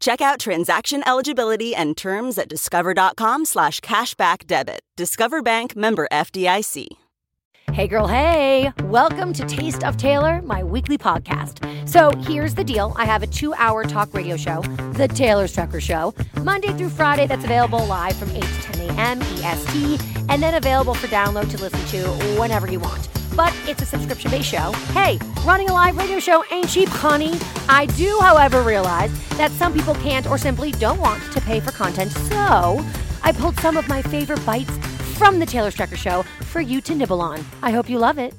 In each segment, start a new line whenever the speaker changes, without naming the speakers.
Check out transaction eligibility and terms at discover.com slash cashback debit. Discover Bank member FDIC.
Hey, girl, hey. Welcome to Taste of Taylor, my weekly podcast. So here's the deal I have a two hour talk radio show, The Taylor Strucker Show, Monday through Friday, that's available live from 8 to 10 a.m. EST, E and then available for download to listen to whenever you want but it's a subscription based show. Hey, running a live radio show ain't cheap, honey. I do, however, realize that some people can't or simply don't want to pay for content, so I pulled some of my favorite bites from The Taylor Strecker Show for you to nibble on. I hope you love it.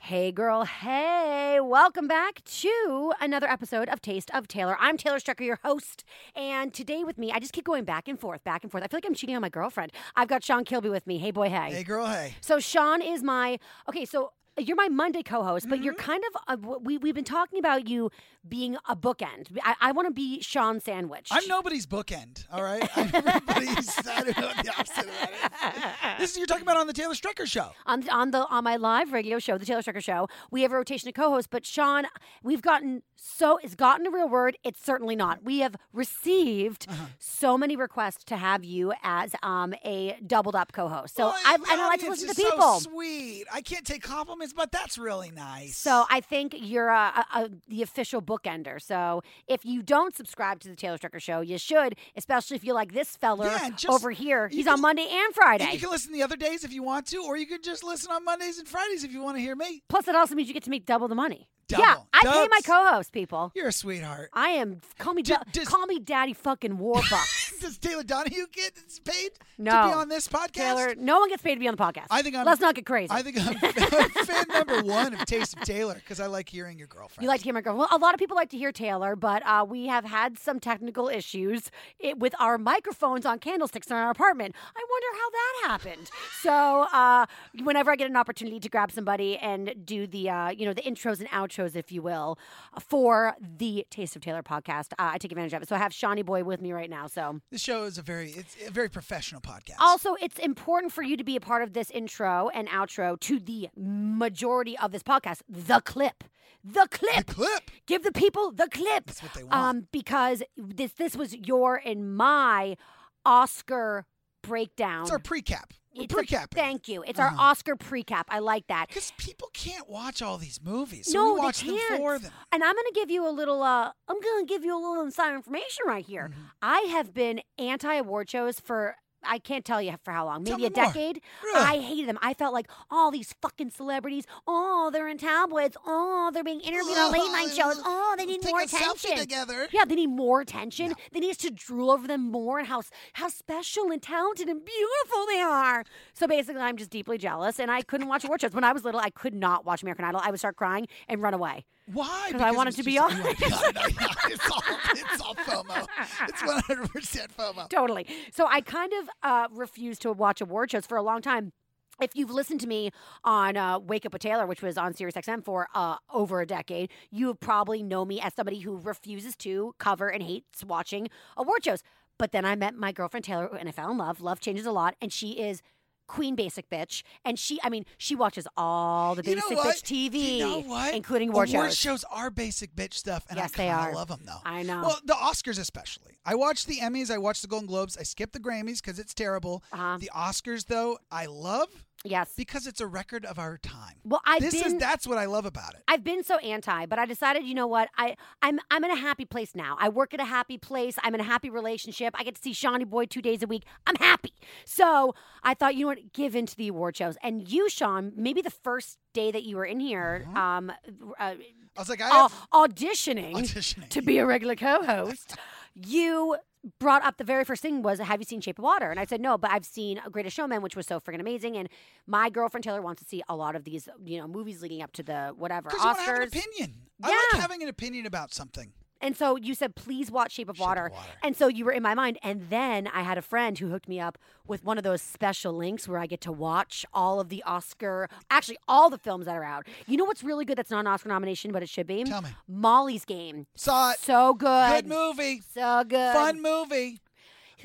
Hey, girl, hey, welcome back to another episode of Taste of Taylor. I'm Taylor Strecker, your host, and today with me, I just keep going back and forth, back and forth. I feel like I'm cheating on my girlfriend. I've got Sean Kilby with me. Hey, boy, hey.
Hey, girl, hey.
So, Sean is my, okay, so you're my Monday co-host, but you're kind of a, we we've been talking about you being a bookend. I, I want to be Sean Sandwich.
I'm nobody's bookend. All right, I'm everybody's. I don't know what the opposite of that is. This is you're talking about on the Taylor Strecker show.
on on the on my live radio show, the Taylor Strecker Show. We have a rotation of co-hosts, but Sean, we've gotten so it's gotten a real word. It's certainly not. We have received
Uh-huh.
so many requests to have you as um a doubled up co-host. So
Well,
I
the
and I like to
audience
listen to
is
people.
So sweet. I can't take compliments, but that's really nice.
So I think you're a, a, a, the official bookender. So if you don't subscribe to the Taylor Stricker Show, you should, especially if you like this feller
Yeah, just-
over here.
you
He's
can-
on Monday and
and you
Friday.
can listen the other days if you want to, or you can just listen on Mondays and Fridays if you want to hear me.
Plus, it also means you get to make double the money. Yeah,
Double.
I pay my
Dubs.
co-host people.
You're a sweetheart.
I am call me
D-
da-
does-
call me daddy fucking Warbucks.
Does Taylor Donahue get paid
No.
to be on this podcast?
Taylor, no one gets paid to be on the podcast.
I think I'm-
Let's not get crazy.
I think I'm fan number one of Taste of Taylor because I like hearing your girlfriend.
You like to hear my girl. Well, a lot of people like to hear Taylor, but uh, we have had some technical issues it, with our microphones on candlesticks in our apartment. I wonder how that happened. So, uh, whenever I get an opportunity to grab somebody and do the, uh, you know, the intros and outros, if you will, for the Taste of Taylor podcast, uh, I take advantage of it. So I have Shawnee Boy with me right now. So.
This show is a very it's a very professional podcast.
Also, it's important for you to be a part of this intro and outro to the majority of this podcast, the clip. The
the
clip.
clip.
Give the people the clip.
That's what they want.
Um, because this this was your and my Oscar breakdown.
it's our precap. Uh-huh. We're
It's a-
precapping.
Thank you. It's our Oscar precap. I like that.
Because people can't watch all these movies, so
no,
we watch
they
them
can't.
for them.
And I'm going to give you a little. Uh, I'm going to give you a little insider information right here.
Mm-hmm.
I have been anti award shows for. I can't tell you for how long,
Tell
maybe a
me more.
decade.
Really?
I hated them. I felt like all these fucking celebrities, oh, they're in tabloids, oh, they're being interviewed on late night shows, oh, they need
Take
more
a selfie
attention.
together.
Yeah, they need more attention. They need us to drool over them more and how s- how special and talented and beautiful they are. So basically, I'm just deeply jealous, and I couldn't watch award shows when I was little. I could not watch American Idol. I would start crying and run away.
Why?
Because I wanted to
it's just-
be
you
honest.
wanna be honest. I know, it's, all, it's all FOMO. It's 100% FOMO.
Totally. So I kind of uh, refused to watch award shows for a long time. If you've listened to me on uh, Wake Up with Taylor, which was on Sirius XM for uh, over a decade, you probably know me as somebody who refuses to cover and hates watching award shows. But then I met my girlfriend Taylor and I fell in love. Love changes a lot. And she is queen basic bitch. And she, I mean, she watches all the
You
basic
know what?
bitch TV,
You know what?
including award,
Award
shows.
shows are basic bitch stuff, and
Yes,
I
they
kinda
are.
love them though.
I know.
Well, the Oscars especially. I watch the Emmys, I watch the Golden Globes, I skip the Grammys because it's terrible.
Uh-huh.
The Oscars though, I love.
Yes.
because it's a record of our time.
Well, I've
this is
been-
that's what I love about it.
I've been so anti, but I decided, you know what? I I'm I'm in a happy place now. I work at a happy place. I'm in a happy relationship. I get to see Shawnee Boy two days a week. I'm happy. So I thought, you know what? Give in to the award shows. And you, Sean, maybe the first day that you were in here, um, uh,
I was like, Uh-huh. I
au-
have
auditioning,
auditioning.
to be a regular co-host, you brought up the very first thing was have you seen shape of water and i said no but i've seen greatest showman which was so freaking amazing and my girlfriend taylor wants to see a lot of these you know movies leading up to the whatever
because you want to have an
oscars
opinion. I
Yeah.
like having an opinion about something.
and so you said, please watch Shape of,
Shape of
Water.
Water.
And so you were in my mind. And then I had a friend who hooked me up with one of those special links where I get to watch all of the Oscar, actually, all the films that are out. You know what's really good that's not an Oscar nomination, but it should be?
Tell me.
Molly's Game.
Saw it.
So good.
Good movie.
So good.
Fun movie.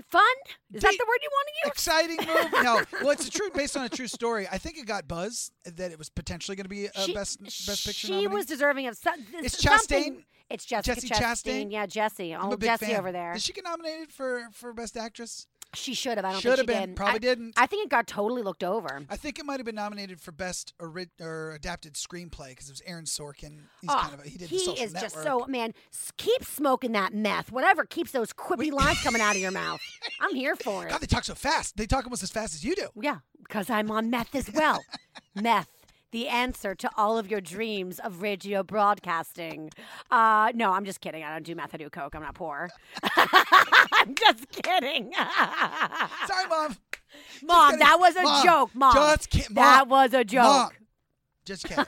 Fun? Is that
Deep-
the word you want to use?
Exciting movie. No, well, it's a true based on a true story. I think it got buzz that it was potentially going to be a uh, best best picture.
She
nominee.
was deserving of some,
It's
something.
Chastain?
It's Jessica
Jessie
Chastain.
Chastain?
Yeah, Jessie.
I'm
Oh,
a big
Jessie
fan.
over there.
Did she get nominated for for best actress?
She should have. I don't
Should have
think she
been.
did.
Probably
I-
didn't.
I think it got totally looked over.
I think it might have been nominated for best ori- or adapted screenplay because it was Aaron Sorkin. He's
Oh,
kind of a, he did the social
is
network.
just so man. s- Keep smoking that meth, whatever keeps those quippy lines coming out of your mouth. I'm here for
God,
it.
they talk so fast. They talk almost as fast as you do.
Yeah, because I'm on meth as well. meth, the answer to all of your dreams of radio broadcasting. Uh, no, I'm just kidding. I don't do meth. I do coke. I'm not poor. I'm just kidding.
Sorry, mom.
Mom,
kidding.
that was a
Mom,
joke. Mom,
just kid- Mom,
that was a
Mom.
joke.
Just kidding.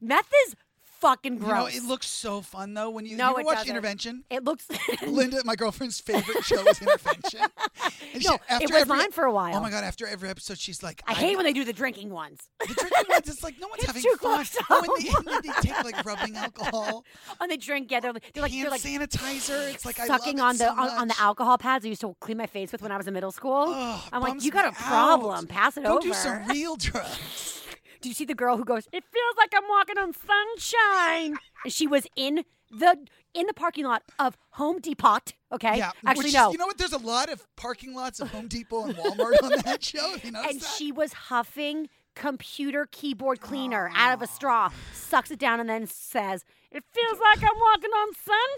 meth is fucking
you know,
gross.
it looks so fun though when you,
No,
you ever
it
watch
doesn't.
Intervention.
It looks.
Linda, my girlfriend's favorite show is Intervention. And she-
No, it
after
was mine for a while.
Oh my god! After every episode, she's like,
I hate when they do the drinking ones.
the drinking ones. It's like no one's
It's
having
too
fun.
close
Oh, and they, and then they take like rubbing alcohol,
and they drink. Yeah, they're, like- they're like
hand
they're like
sanitizer. It's like
sucking
I love
on
it
the
so
on, on the
much.
alcohol pads I used to clean my face with when I was in middle school.
Ugh,
I'm like,
bums
you got
me
a problem.
out.
Pass it
Go
over.
do some real drugs.
Did you see the girl who goes? It feels like I'm walking on sunshine. And she was in the in the parking lot of Home Depot. Okay,
Yeah,
actually
which is-
no.
you know what? There's a lot of parking lots of Home Depot and Walmart on that show. You know,
and she was huffing computer keyboard cleaner out of
Ah.
a straw, sucks it down, and then says, "It feels like I'm walking on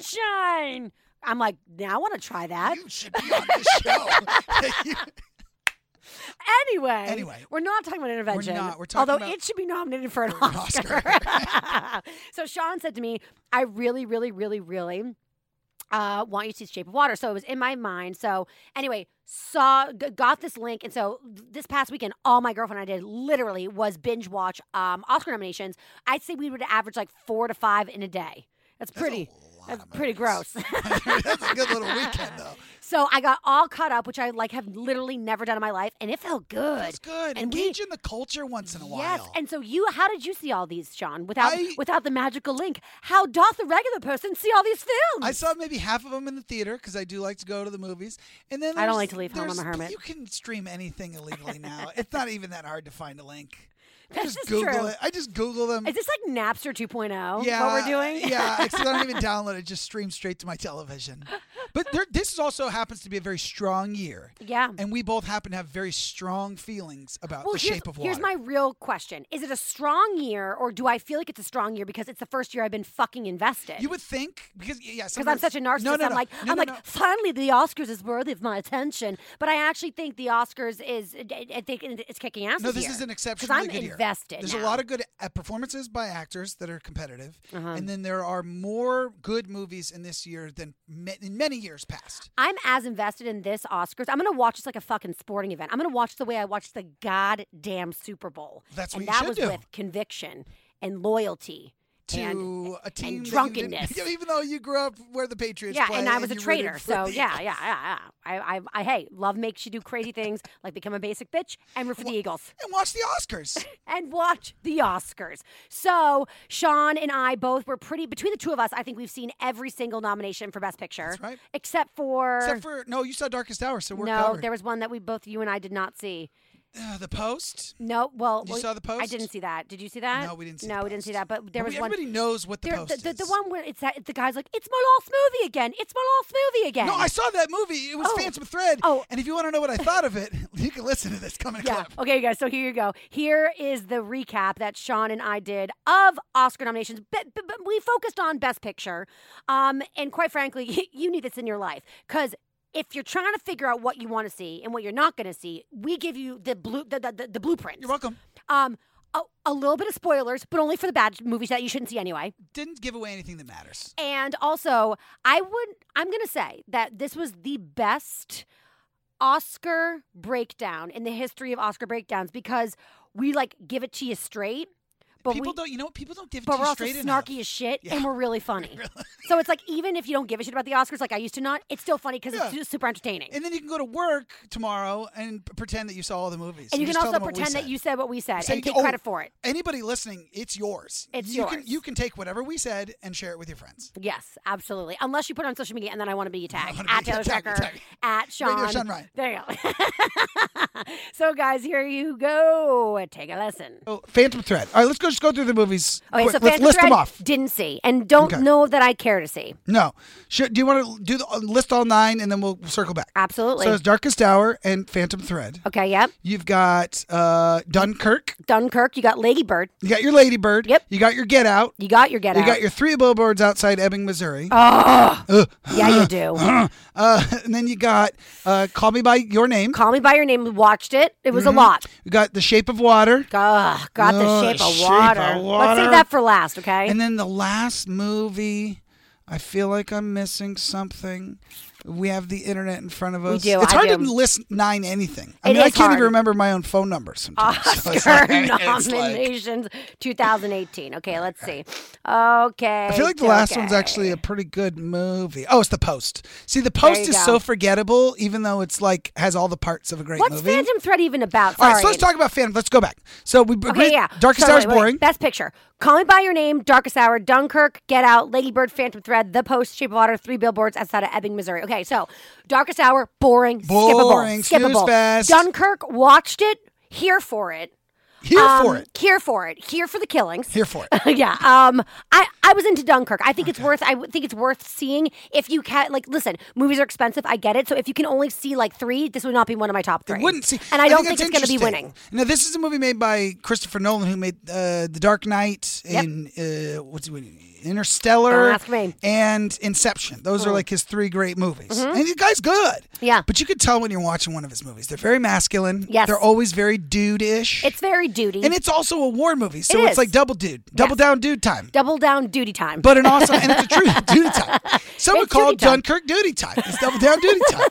sunshine." I'm like, now I want to try that.
you should be on this show.
Anyway,
Anyway.
we're not talking about intervention.
not. We're talking
although
about-
it should be nominated for an
For an
Oscar. so Sean said to me, "I really, really, really, really." Uh, want you to see Shape of Water, so it was in my mind. So anyway, saw g- got this link, and so th- this past weekend, all my girlfriend and I did literally was binge watch um, Oscar nominations. I'd say we would average like four to five in a day. That's pretty.
lot
That's
of
pretty gross.
That's a good little weekend though.
so I got all caught up, which I like have literally never done in my life, and it felt good.
That's good.
And we-
Engage in the culture once in a while.
Yes, and so you, how did you see all these, Sean? Without
I-
without the magical link, how doth the regular person see all these films?
I saw maybe half of them in the theater because I do like to go to the movies. And then
I don't
there's-
like to leave home, I'm a
there's-
hermit.
You can stream anything illegally now. it's not even that hard to find a link. I
This
just
is
Google
true.
it. I just Google them.
Is this like Napster 2.0?
yeah,
what we're doing?
yeah, except I don't even download it; just streams straight to my television. But there, this is also happens to be a very strong year,
yeah.
and we both happen to have very strong feelings about
Well,
the
here's,
shape of water.
here's my real question: Is it a strong year, or do I feel like it's a strong year because it's the first year I've been fucking invested?
You would think because yeah,
because I'm
sometimes-
such a narcissist.
No, no,
I'm
no.
like,
No,
I'm
no,
like,
no.
finally the Oscars is worthy of my attention. But I actually think the Oscars is, I I think it's kicking ass.
No, this
year.
is an
'Cause
exceptionally
I'm
good year.
invested.
There's
now.
a lot of good uh, performances by actors that are competitive,
Uh-huh.
and then there are more good movies in this year than ma- in many years past.
I'm as invested in this Oscars. I'm gonna watch this like a fucking sporting event. I'm gonna watch the way I watched the goddamn Super Bowl.
That's
and
what you
that
should
was
do.
with conviction and loyalty.
To
and,
a team that you didn't-
drunkenness.
even though you grew up where the Patriots,
yeah,
play
and I was a
you rooted
traitor.
for
So
the-
yeah, yeah, yeah, yeah. I, I, I, hey, love makes you do crazy things like become a basic bitch and root for the Eagles
and watch the Oscars.
and watch the Oscars. So Sean and I both were pretty between the two of us. I think we've seen every single nomination for Best Picture,
That's right.
except for
Except for no, you saw Darkest Hour, so we're
no,
covered.
there was one that we both you and I did not see.
Uh, the Post.
No, well,
You
well,
saw The Post?
I didn't see that. Did you see that?
No, we didn't see The
Uh, No, we didn't see
Post.
that. But there
But
was
we-
one.
everybody knows what the
there-
post
the, the
is.
one where it's that the guy's like, "It's my last movie again. It's my last movie again."
No, I saw that movie. It was
Oh.
Phantom Thread.
Oh.
And if you want to know what I thought of it, you can listen to this coming
Yeah.
clip.
Okay, you guys. So here you go. Here is the recap that Sean and I did of Oscar nominations. But, but, but we focused on Best Picture. Um, and quite frankly, you need this in your life because if you're trying to figure out what you want to see and what you're not going to see, we give you the blue the the, the, the blueprints.
You're welcome.
Um, a, a little bit of spoilers, but only for the bad movies that you shouldn't see anyway.
Didn't give away anything that matters.
And also, I would I'm going to say that this was the best Oscar breakdown in the history of Oscar breakdowns because we like give it to you straight, but
people
we
don't, you know, what? people don't give it
but
to
we're
you
also
straight
snarky
enough.
as shit
Yeah.
and we're really funny. so it's like even if you don't give a shit about the Oscars like I used to not, it's still funny cuz
Yeah.
it's just super entertaining.
And then you can go to work tomorrow and p- pretend that you saw all the movies.
and you can
just tell
also
them what we
pretend that
said.
you said what we said
Say,
and take
"Oh,
credit for it.
Anybody listening, it's yours.
It's
you Can,
yours.
you can take whatever we said and share it with your friends.
Yes, absolutely. Unless you put it on social media, and then I want to be tagged
wanna
at
be-
Taylor
tag me,
Strecker,
tag me.
at Sean.
Radio Sunrise.
There you go. so, guys, here you go. Take a lesson.
Oh, Phantom Thread. All right, let's go. Just go through the movies.
Okay,
quick.
Oh, so
let's
Phantom
list
Thread
them off.
Didn't see, and don't
Okay.
know that I care to see.
No, Should, do you want to do the uh, list all nine and then we'll circle back?
Absolutely.
So it's Darkest Hour and Phantom Thread.
okay. Yep.
You've got uh, Dunkirk.
Dunkirk. You got Lady Bird.
You got your Ladybird.
Yep.
You got your Get Out.
You got your Get
you
Out. Oh.
got your three billboards outside Ebbing, Missouri.
yeah, you do.
Uh, and then you got uh, Call Me by Your Name.
Call Me by Your Name. Watched it. It was a lot.
you got The Shape of Water.
Ugh, got the
Mm-hmm. Ugh,
shape of,
Shape of
water. Let's
Water.
save that for last, okay?
And then the last movie, I feel like I'm missing something. We have the internet in front of us.
do,
It's
I
hard
do.
to list nine anything. I
It
mean, I
is
can't
hard.
even remember my own phone number sometimes. So it's
Oscar
like- it's like-
nominations 2018. Okay, let's see. Okay.
I feel like the last one's
okay.
actually a pretty good movie. Oh, it's The Post. See, The Post
you
is
go.
so forgettable, even though it's like has all the parts of a great
What's
movie.
Phantom Thread even about?
All
Sorry.
right, so let's talk about Phantom. Let's go back. So we
Okay,
agreed
yeah.
Darkest
So
Hour is
wait, wait.
boring.
Best Picture. Call Me By Your Name, Darkest Hour, Dunkirk, Get Out, Ladybird, Phantom Thread, The Post, Shape of Water, Three Billboards Outside of Ebbing, Missouri. Okay, so Darkest Hour, boring,
Boring,
skippable,
snooze
skippable.
fest.
Dunkirk, watched it, here for it.
Here
Um,
for it.
Here for it. Here for the killings.
Here for it.
yeah. Um. I, I was into Dunkirk. I think it's worth. I w- think it's worth seeing if you can. Like, listen, movies are expensive. I get it. So if you can only see like three, this would not be one of my top three.
It wouldn't see.
And I, don't think
that's
it's going to be
interesting.
winning.
Now, this is a movie made by Christopher Nolan, who made uh, The Dark Knight and uh, what's he, what- Interstellar
Don't ask me. Hmm.
and Inception. Those are like his three great movies. And the guy's good.
Mm-hmm. Yeah.
But you could tell when you're watching one of his movies. They're very masculine.
Yes.
They're always very dude ish.
It's very duty.
And it's also a war movie. So
It
it's
is.
like double dude, double down dude time.
double down duty time.
But an awesome, and it's a true duty time. Some would
It's duty time.
call Dunkirk duty time. It's double down duty time.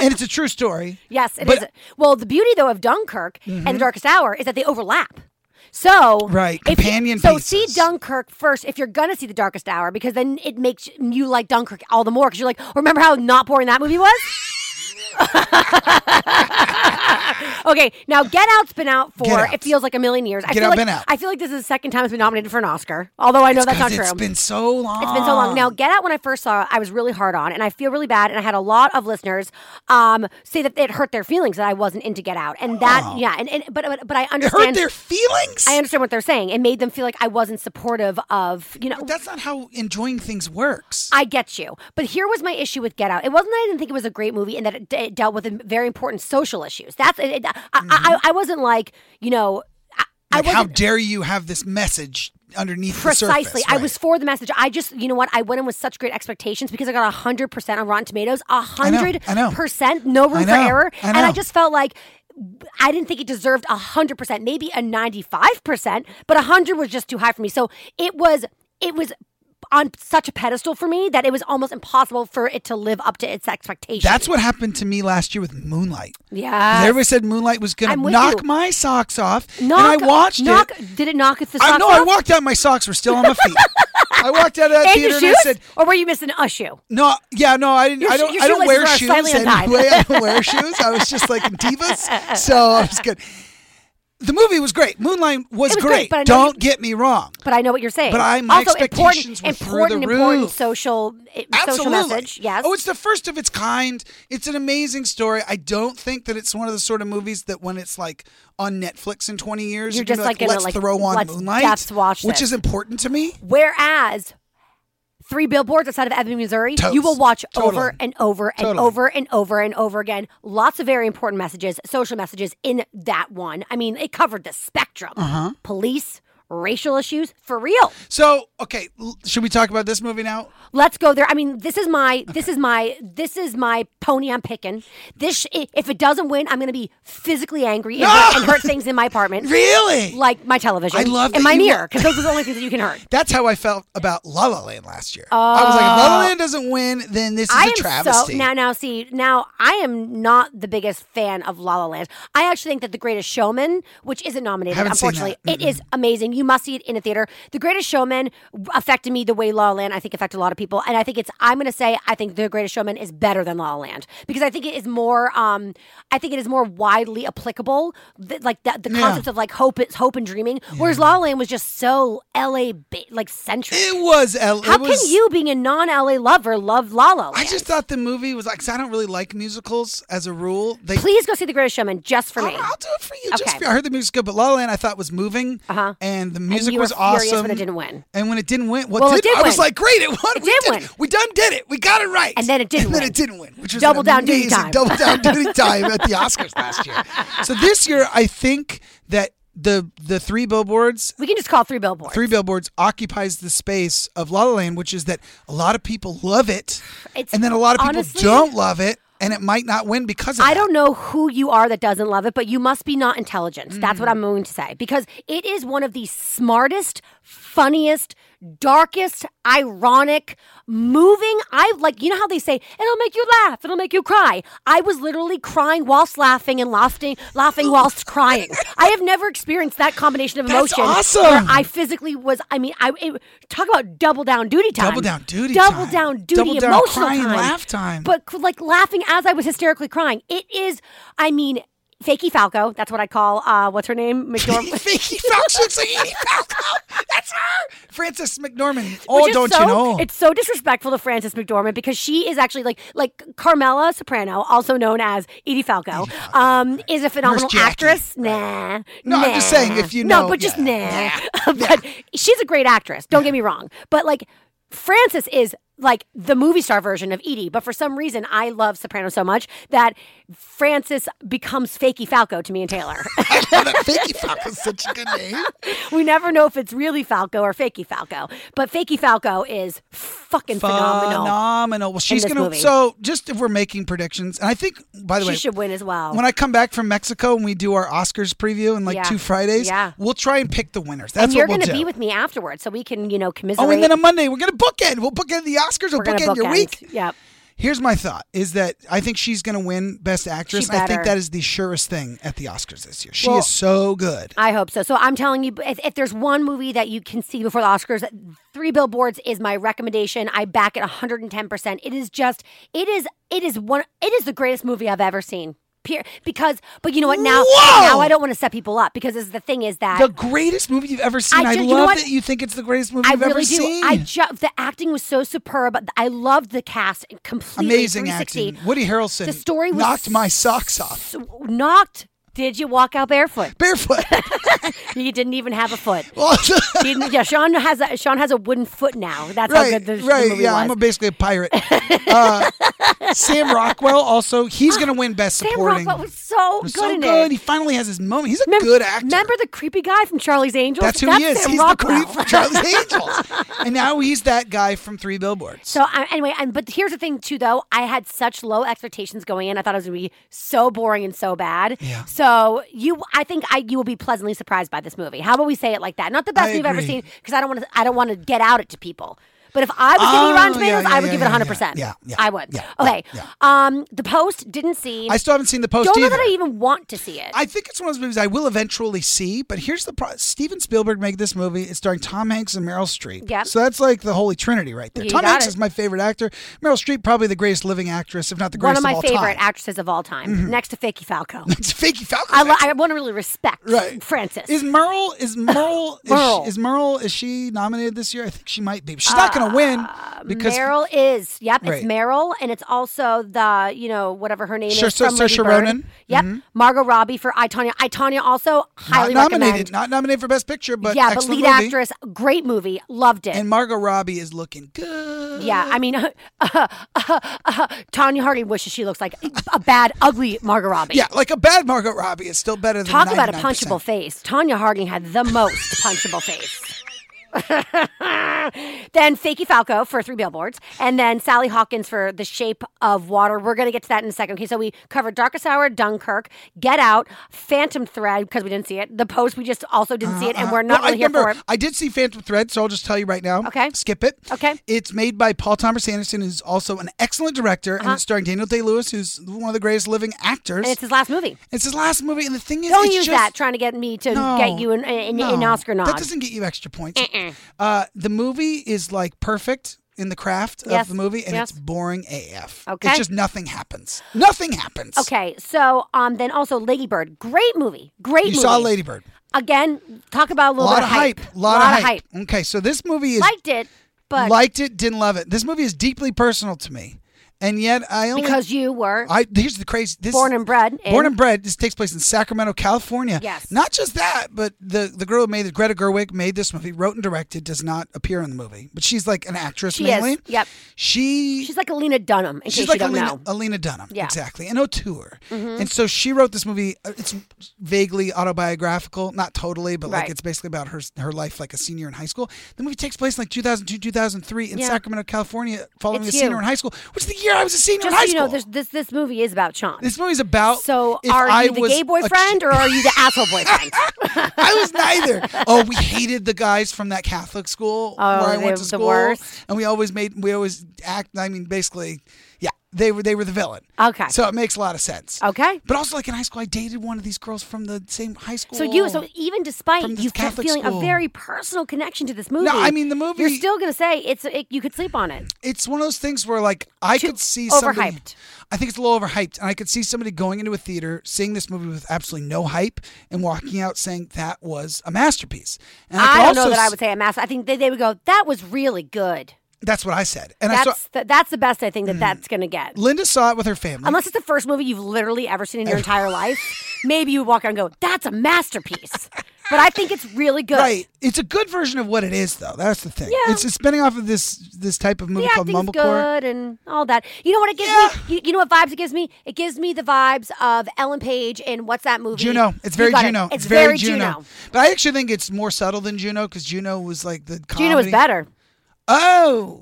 And it's a true story.
yes, it is.
but- Mm-hmm.
Well, the beauty though of Dunkirk and the Darkest Hour is that they overlap. So
Right,
if you-
companion
So see
pieces.
Dunkirk first if you're gonna see the Darkest Hour because then it makes you like Dunkirk all the more because you're like "Oh, remember how not boring that movie was. Okay, now Get Out's been out for
Get Out.
it feels like a million years. I
Get
feel
Out
like,
been out.
I feel like this is the second time it's been nominated for an Oscar. Although I know that's not
'Cause
true.
It's been so long.
It's been so long.
Ah.
Now, Get Out, when I first saw it, I was really hard on, and I feel really bad. And I had a lot of listeners um, say that it hurt their feelings that I wasn't into Get Out. And that, yeah, and, and but, but but I
It hurt
understand.
their feelings.
I understand what they're saying. It made them feel like I wasn't supportive of, you know.
That's not how enjoying things works.
I get you. But here was my issue with Get Out. It wasn't that I didn't think it was a great movie and that it, it dealt with very important social issues. That's, it, it- I, I, I wasn't like, you know, I, I
Mm-hmm. like,
wasn't.
how dare you have this message underneath
Precisely.
the surface?
I
right.
was for the message. I just, you know what? I went in with such great expectations because I got 100% on Rotten Tomatoes.
I know.
100%. No room
I
for
know.
error.
I
And I
know.
just felt like I didn't think it deserved 100%, maybe a 95%, but 100 was just too high for me. So it was, it was on such a pedestal for me that it was almost impossible for it to live up to its expectations.
That's what happened to me last year with Moonlight. 'Cause
yeah.
Everybody said Moonlight was going
Uh, I'm
to
with
knock
you.
my socks off,
knock,
and I watched
knock,
it.
Did it knock at the
I
socks
know. I
off?
walked out. My socks were still on my feet. I walked out of that
and
theater
your
and I
shoes?
said,
or were you missing a shoe?
No, yeah, no, I didn't.
Your
I
sh-
don't.
your
I don't wear
shoelaces are slightly
shoes
untied.
anyway. I don't wear shoes. I was just like in divas, so I was good. The movie was great. Moonlight was,
It was great,
great.
but I know
Don't
you-
get me wrong.
But I know what you're saying.
But I- my
also
expectations were
important,
through
important,
the
important
roof.
social eh, social
Absolutely.
message. Yes.
Oh, it's the first of its kind. It's an amazing story. I don't think that it's one of the sort of movies that when it's like on Netflix in 20 years,
You're
you can
just,
be
like, gonna,
let's
like,
throw on
let's
Moonlight,
just watch
which
this.
is important to me.
Whereas three billboards outside of Ebbing, Missouri,
Totes.
you will watch
Totally.
over and over and
Totally.
over and over and over again. Lots of very important messages, social messages in that one. I mean, it covered the spectrum.
Uh-huh.
Police, racial issues, for real.
So, okay, l- should we talk about this movie now?
Let's go there. I mean, this is my this is my this is my pony I'm picking. This sh- i- if it doesn't win, I'm going to be physically angry and, hurt, and hurt things in my apartment.
Really?
Like my television.
I love
and
that
my
you-
mirror because those are the only things that you can hurt.
That's how I felt about La La Land last year. I was like, if La La Land doesn't win, then this is
Oh. I
a
am
travesty.
so now. Now, see, now I am not the biggest fan of La La Land. I actually think that The Greatest Showman, which isn't nominated,
Haven't seen
unfortunately,
that.
it is amazing. You must see it in a theater. The Greatest Showman affected me the way La La Land, I think, affected a lot of people. And I think it's. I'm going to say I think The Greatest Showman is better than La La Land because I think it is more. Um, I think it is more widely applicable. th- like that, the
Yeah.
concept of like hope, it's hope and dreaming. Whereas La La Land was just so L.A. ba- like centric.
it was. L-
How
it was,
can you, being a non-LA lover, love La La Land?
I just thought the movie was like, 'cause I don't really like musicals as a rule. They,
Please go see The Greatest Showman just for me.
I'll, I'll do it for you.
Okay.
Just for, I heard the music's good, but La La Land I thought was moving,
Uh-huh.
and the
And
music
you
was
were furious
awesome.
when it didn't win.
And when it didn't win, what
Well, it
did,
did
I was
win.
like, great, it won.
It
we
did
it.
win.
We done did it. We got it right.
And then it didn't
And then
win.
it didn't win, which was
Double
an
down duty
amazing
time.
Double down duty time at the Oscars last year. So this year, I think that the the three billboards
We can just call Three Billboards.
Three Billboards occupies the space of La La Land, which is that a lot of people love it,
It's-
and then a lot of people
honestly-
don't love it, and it might not win because of
I
that.
don't know who you are that doesn't love it, but you must be not intelligent. That's
Mm.
what I'm going to say because it is one of the smartest, funniest, darkest, ironic, moving. I like you know how they say it'll make you laugh, it'll make you cry. I was literally crying whilst laughing and laughing, laughing whilst crying. I have never experienced that combination of
That's
emotion
awesome.
where I physically was. I mean, I it, talk about double down duty time,
Double down duty
double
time.
down duty,
Double down
emotional
crying
time,
laugh time.
But but like laughing as I was hysterically crying. It is, I mean, Fakey Falco. That's what I call. Uh, what's her name?
Edie
McDormand.
Falco looks like Edie Falco. That's her. Frances McDormand. Oh, don't you know?
It's so disrespectful to Frances McDormand because she is actually like like Carmela Soprano, also known as Edie Falco, um, is a phenomenal
Jackie.
actress. Nah.
No, I'm just
nah.
saying if you
No,
know-
but just
yeah,
nah. but she's a great actress. Don't get me wrong. But like Frances is like the movie star version of Edie, but for some reason I love Soprano so much that Frances becomes Fakey Falco to me and Taylor.
I love that Fakey Falco's such a good name.
we never know if it's really Falco or Fakey Falco, but Fakey Falco is fucking phenomenal.
Phenomenal. Well, she's
this
gonna.
movie.
So, just if we're making predictions, and I think, by the
She
way,
should win as well.
when I come back from Mexico and we do our Oscars preview in like
Yeah.
two Fridays,
Yeah.
we'll try and pick the winners.
and
That's
you're
what we'll
gonna
do.
be with me afterwards, so we can, you know, commiserate.
Oh, and then on Monday we're gonna bookend. We'll bookend the Oscars. We'll
We're gonna
bookend your
bookend.
week.
Yep.
Here's my thought: is that I think she's gonna win Best Actress.
She
I think
better.
that is the surest thing at the Oscars this year. She
Well-
is so good.
I hope so. So I'm telling you, if, if there's one movie that you can see before the Oscars, Three Billboards is my recommendation. I back it 110. percent It is just, it is, it is one, it is the greatest movie I've ever seen. Pier- Because, but you know what? Now,
Whoa!
now I don't want to set people up because this, the thing is that
the greatest movie you've ever seen.
I
I,
ju- you know
love
what?
that you think it's the greatest movie
I
you've
really
ever
do.
seen.
I ju- the acting was so superb. I loved the cast completely.
Amazing
360.
acting. Woody Harrelson.
The story was
knocked my socks off.
So, knocked. Did you walk out barefoot?
Barefoot.
You didn't even have a foot.
well,
You didn't- yeah, Sean has a Sean has a wooden foot now. That's how
right,
good the, the
right.
movie
yeah,
was.
I'm a, basically a pirate. Uh, Sam Rockwell also. He's gonna win Best
Sam
Supporting.
Rockwell was so
was
good
so
in
good.
it.
He finally has his moment. He's a
Remember,
good actor.
Remember the creepy guy from Charlie's Angels?
That's who he is.
Sam
he's
Rockwell.
the creep from Charlie's Angels, and now he's that guy from Three Billboards.
So I, anyway, and but here's the thing too, though. I had such low expectations going in. I thought it was gonna be so boring and so bad.
Yeah.
So you, I think I you will be pleasantly surprised by this movie. How about we say it like that? Not the best
I
we've ever
agree.
seen, because I don't want to. I don't want to get out it to people. But if I was giving
Oh,
Rotten
yeah,
Tomatoes,
yeah,
I would
yeah,
give
yeah,
it 100%.
yeah, yeah,
I would.
yeah,
okay.
yeah.
Um, the Post didn't see.
I still haven't seen the post
don't know
either.
that I even want to see it.
I think it's one of those movies I will eventually see, but here's the pro- Steven Spielberg made this movie. It's starring Tom Hanks and Meryl Streep.
Yep.
So that's like the holy trinity right there.
You
Tom
got
Hanks
it.
is my favorite actor. Meryl Streep probably the greatest living actress, if not the
One
greatest
of my
all
favorite
time. Mm-hmm.
actresses of all time, next to Fakey Falco.
it's Fakey Falcon.
I, lo- I want to really respect
Right.
Francis.
Is Merle is Merle,
Merle.
Is, she, is Merle is she nominated this year? I think she might be. She's not going to win because
Uh, Meryl is. Yep,
Right.
it's Meryl, and it's also the you know whatever her name
Sure,
is
so-
from
so
Lady Bird.
Sharonan.
Yep, Margot Robbie for I Tonya. I Tonya also
Mm-hmm. not
highly
nominated,
recommend.
not nominated for best picture, but
yeah, but
excellent
lead
movie.
actress, great movie, loved it.
And Margot Robbie is looking good.
yeah, I mean, uh, Tanya Harding wishes she looks like a bad, ugly Margot Robbie.
Yeah, like a bad Margot Robbie is still better than
Talk about a
99%.
punchable face. Tanya Harding had the most punchable face. then Fakey Falco for three billboards, and then Sally Hawkins for The Shape of Water. We're going to get to that in a second. Okay, so we covered Darkest Hour, Dunkirk, Get Out, Phantom Thread because we didn't see it. The Post we just also didn't see it, and we're not
Uh, Uh-huh. Well,
really here
I remember,
for it.
I did see Phantom Thread, so I'll just tell you right now.
Okay.
Skip it.
Okay.
It's made by Paul Thomas Anderson, who's also an excellent director, and it's starring Daniel Day Lewis, who's one of the greatest living actors.
Uh-huh. And it's his last movie.
It's his last movie, and the thing is,
Don't
it's
use
just-
that trying to get me to
No,
get you an, an,
no,
an Oscar nod.
That doesn't get you extra points. Uh, the movie is like perfect in the craft
Yes,
of the movie, and
yes.
it's boring AF.
Okay.
It's just nothing happens. Nothing happens.
Okay, so um, then also Lady Bird, great movie, great
You
movie.
saw Lady Bird.
Again, talk about a
A
little
lot
bit
of hype. A lot, of hype. Okay, so this movie is
Liked it, but
liked it, didn't love it. This movie is deeply personal to me, and yet I only
because you were
I here's the crazy this
born and bred. In,
Born and bred. This takes place in Sacramento, California.
Yes.
Not just that, but the the girl who made it, Greta Gerwig made this movie, wrote and directed, does not appear in the movie, but she's like an actress
She is,
mainly.
yep.
She
She's like Alina Dunham. In
she's
case
like
you don't
Alina,
know.
Alina Dunham.
Yeah. Mm-hmm.
Exactly. An auteur. And so she wrote this movie. uh, It's vaguely autobiographical, not totally, but
Right.
like it's basically about her her life like a senior in high school. The movie takes place in like 2002, 2003 in
Yeah.
Sacramento, California, following
It's
a senior
you.
in high school, which is the year I was a senior
Just
in high
so you know,
school.
this this this movie is about Sean.
this movie's about.
so
if
are
I
you the
was
gay
a
boyfriend or are you the asshole boyfriend?
I was neither. Oh, we hated the guys from that Catholic school
Oh,
where I
they were
went
the
to school,
worst.
and we always made we always act. I mean, basically, yeah, they were they were the villain.
Okay.
so it makes a lot of sense.
Okay.
but also like in high school, I dated one of these girls from the same high school.
So you so even despite
From this
you kept
Catholic
feeling a
school.
very personal connection to this movie.
I mean, the
You're
movie-
still gonna say it's it, you could sleep on it.
it's one of those things where like I
Too
could see somebody.
overhyped.
I think it's a little overhyped, and I could see somebody going into a theater, seeing this movie with absolutely no hype, and walking out saying that was a masterpiece. And
I,
could
don't know
also
that I
s-
would say a mass. I think they, they would go, that was really good.
That's what I said, and I saw. Mm.
That's the, that's the best I think that that's gonna get.
Linda saw it with her family.
Unless it's the first movie you've literally ever seen in your entire life, maybe you would walk out and go, "That's a masterpiece." but I think it's really good.
Right. It's a good version of what it is, though. That's the thing.
Yeah.
It's, it's spinning off of this this type of
The
movie called
acting's
Mumblecore.
good and all that. You know what it gives me? You, you know what vibes it gives me? It gives me the vibes of Ellen Page in what's that movie?
Juno. It's
You
very
got it.
Juno.
It's, very, Juno.
But I actually think it's more subtle than Juno because Juno was like the comedy.
Juno is better.
Oh.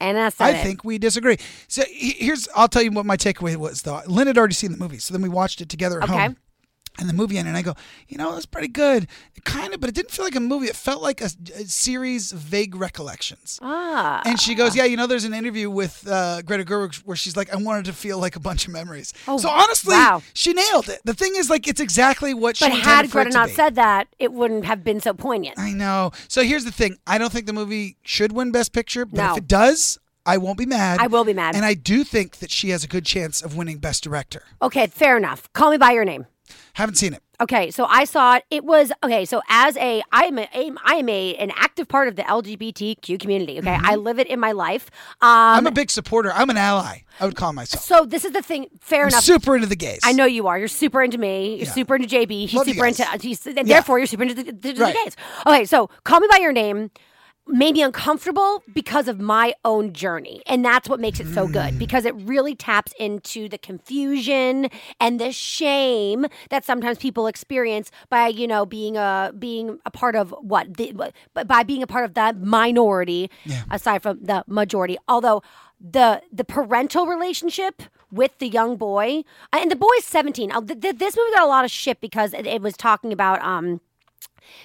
And I said
I
it.
think we disagree. So he- here's, I'll tell you what my takeaway was though. Lynn had already seen the movie, so then we watched it together at
Okay.
home. And the movie ended, and I go, you know, it was pretty good, kind of, but it didn't feel like a movie. It felt like a, a series of vague recollections.
Ah.
And she goes, yeah, you know, there's an interview with uh, Greta Gerwig where she's like, I wanted to feel like a bunch of memories.
Oh,
so honestly,
wow.
she nailed it. The thing is, like, it's exactly what
But
she
had
intended for it
Greta
to
not
be.
said that, it wouldn't have been so poignant.
I know. So here's the thing. I don't think the movie should win Best Picture, but
No.
if it does, I won't be mad.
I will be mad.
And I do think that she has a good chance of winning Best Director.
Okay, fair enough. Call me by your name.
Haven't seen it.
Okay, so I saw it. It was okay. So as a, I am a, I am a an active part of the LGBTQ community. Okay, I live it in my life. Um,
Mm-hmm. I'm a big supporter. I'm an ally. I would call myself.
so this is the thing. Fair
I'm
enough.
super into the gays.
I know you are. You're super into me. You're super into JB. He's
Love you
super into.
guys.
He's, and Therefore, you're super into the, the, the
Right.
gays. Okay, so call me by your name. Made me uncomfortable because of my own journey. And that's what makes it so good because it really taps into the confusion and the shame that sometimes people experience by, you know, being a being a part of what? The, but by being a part of the minority aside from the majority. Although the the parental relationship with the young boy and the boy's 17 Uh, th- th- this movie got a lot of shit because it, it was talking about um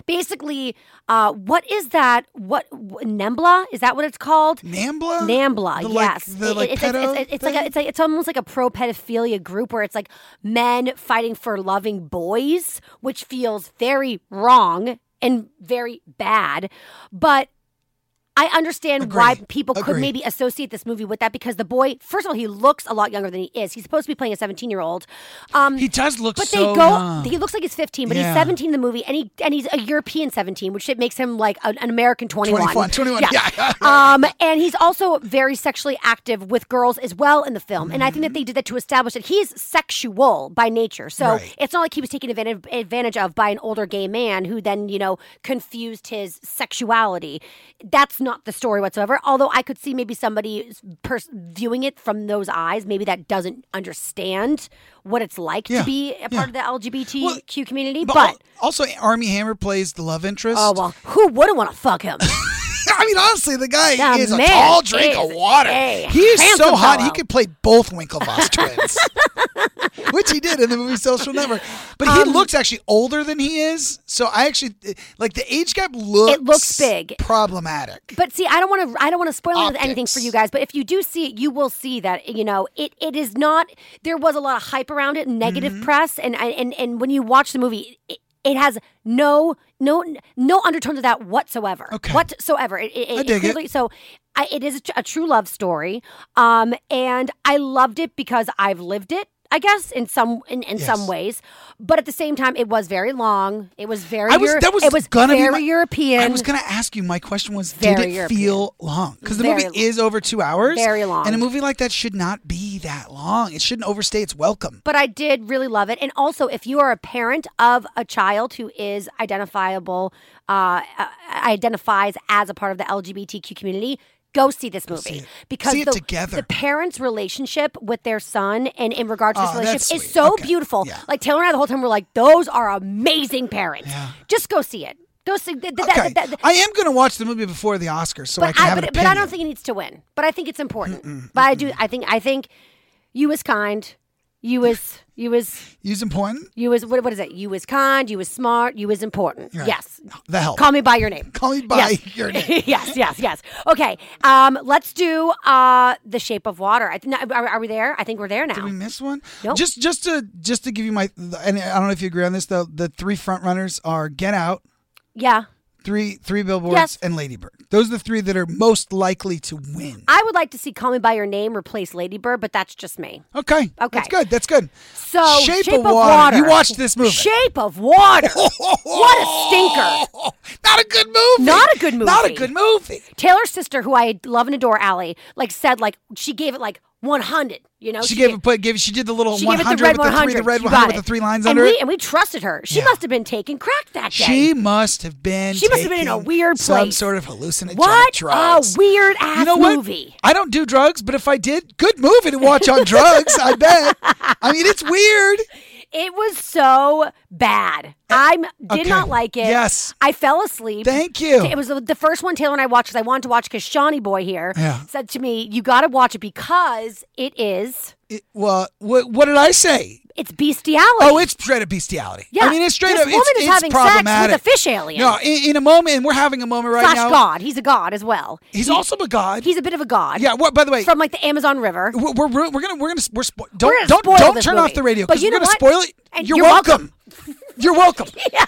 Basically, uh, what is that? What Nembla? Is that what it's called?
Nambla?
Nambla,
Uh, The, like-
yes.
the,
It-
like,
it's, like-
pedo
it's, it's like a,
thing?
it's like it's almost like a pro pedophilia group where it's like men fighting for loving boys, which feels very wrong and very bad. But I understand why
Agree.
people could
Agree.
maybe associate this movie with that because the boy, first of all, he looks a lot younger than he is. He's supposed to be playing a 17 year old. Um,
He does look
but
so
they go.
young.
He looks like he's 15, but he's
Yeah.
17 in the movie, and he and he's a European 17, which it makes him like an, an American 21.
21, 21, yeah.
um, and he's also very sexually active with girls as well in the film, and I think that they did that to establish that he's sexual by nature. So
Right.
it's not like he was taken advantage advantage of by an older gay man who then you know confused his sexuality. That's not the story whatsoever. Although I could see maybe somebody pers- viewing it from those eyes, maybe that doesn't understand what it's like
Yeah,
to be a part of the LGBTQ community, but,
But, al- also, Army Hammer plays the love interest.
oh well, who wouldn't want to fuck him?
I mean, honestly, the guy
The
is a
man
tall drink of
is
water.
a
He is so
handsome
hot, he
fellow.
could play both Winklevoss twins, which he did in the movie Social Network. But
Um,
he looks actually older than he is. So I actually, like, the age gap looks,
looks big.
problematic.
But see, I don't want to. I don't want to spoil it with anything for
Optics.
you guys. But if you do see it, you will see that you know it. It is not. There was a lot of hype around it, negative
Mm-hmm.
press, and I- and and when you watch the movie, it, it has no no no undertones of that whatsoever.
Okay.
Whatsoever. It, it,
I dig it.
clearly- So. I, it is a, tr- a true love story, um, and I loved it because I've lived it, I guess, in some in, in some
Yes.
ways. But at the same time, it was very long. It was very.
I was,
Euro-
that was,
it was
gonna
very
be my-
European.
I was going to ask you, my question was, did
Very
it
European.
feel long? Because the
Very
movie
long.
is over two hours.
Very long.
And a movie like that should not be that long. It shouldn't overstay its welcome.
but I did really love it. And also, if you are a parent of a child who is identifiable, uh, uh, identifies as a part of the LGBTQ community, go see this movie
it.
because
See it
the,
together.
the parents' relationship with their son and in regards to this
Oh, that's
relationship is
sweet.
so
Okay.
beautiful.
Yeah.
Like Taylor and I, the whole time, were like, "Those are amazing parents. Just go see it. Go see." Th- th- that-
Okay.
that- that-
I am going to watch the movie before the Oscars so I
but
can
I,
have an
but, but I
opinion.
don't think it needs to win. But I think it's important. But I do. I think. I think you was kind. You was. You was.
Use important.
You is what, what is it? You is kind. You is smart. You is important.
Right.
Yes.
The help.
Call me by your name.
Call me by
Yes.
your name.
yes, yes, yes. Okay. Um, let's do uh, the Shape of Water. I think are, are we there? I think we're there now.
Did we miss one?
Nope.
Just just to just to give you my and I don't know if you agree on this though. The three front runners are Get Out,
yeah.
three three billboards,
Yes.
and Lady Bird. Those are the three that are most likely to win.
I would like to see Call Me by Your Name replace Ladybird, but that's just me.
Okay.
Okay.
That's good. That's good.
So
Shape,
Shape,
of, water. You watched this movie. Oh.
Shape of Water. what a stinker.
Not a good movie.
Not a good movie.
Not a good movie.
Taylor's sister, who I love and adore, Allie, like said like she gave it like one hundred. You know,
She, gave it, but gave she did the little
She
one
gave it the
hundred
red
with the three,
100.
the red
You
one hundred
got
with the
it.
three lines
and
under
we,
it.
And we trusted her. She
Yeah.
must have been taking crack that day.
She must have been.
She must have been in a
taking
weird
Some
place.
sort of hallucinogenic
what
drugs.
a weird ass
you know what?
movie.
I don't do drugs, but if I did, good movie to watch on drugs. I bet. I mean, it's weird.
It was so bad. I am did
okay.
not like it.
Yes.
I fell asleep.
Thank you.
It was the- the first one Taylor and I watched because I wanted to watch because Shawnee Boy here
Yeah.
said to me, "You got to watch it because it is
It- well, what, what did I say?
it's bestiality."
Oh, it's straight up bestiality.
yeah.
I mean, it's straight
this
up.
Woman
it's,
is
it's
having
problematic.
sex with a fish alien.
No, in, in a moment, and we're having a moment right
Slash
now.
god. He's a god as well.
He's
He-
also a god.
He's a bit of a god.
yeah. What? By the way,
From like the Amazon River.
we're we're, ru- we're gonna we're gonna we're spo- don't
gonna
don't
spoil
don't
this
turn
movie.
off the radio
But
because
you
we're
know
gonna
what?
spoil it.
And
you're,
you're
welcome.
welcome.
You're welcome.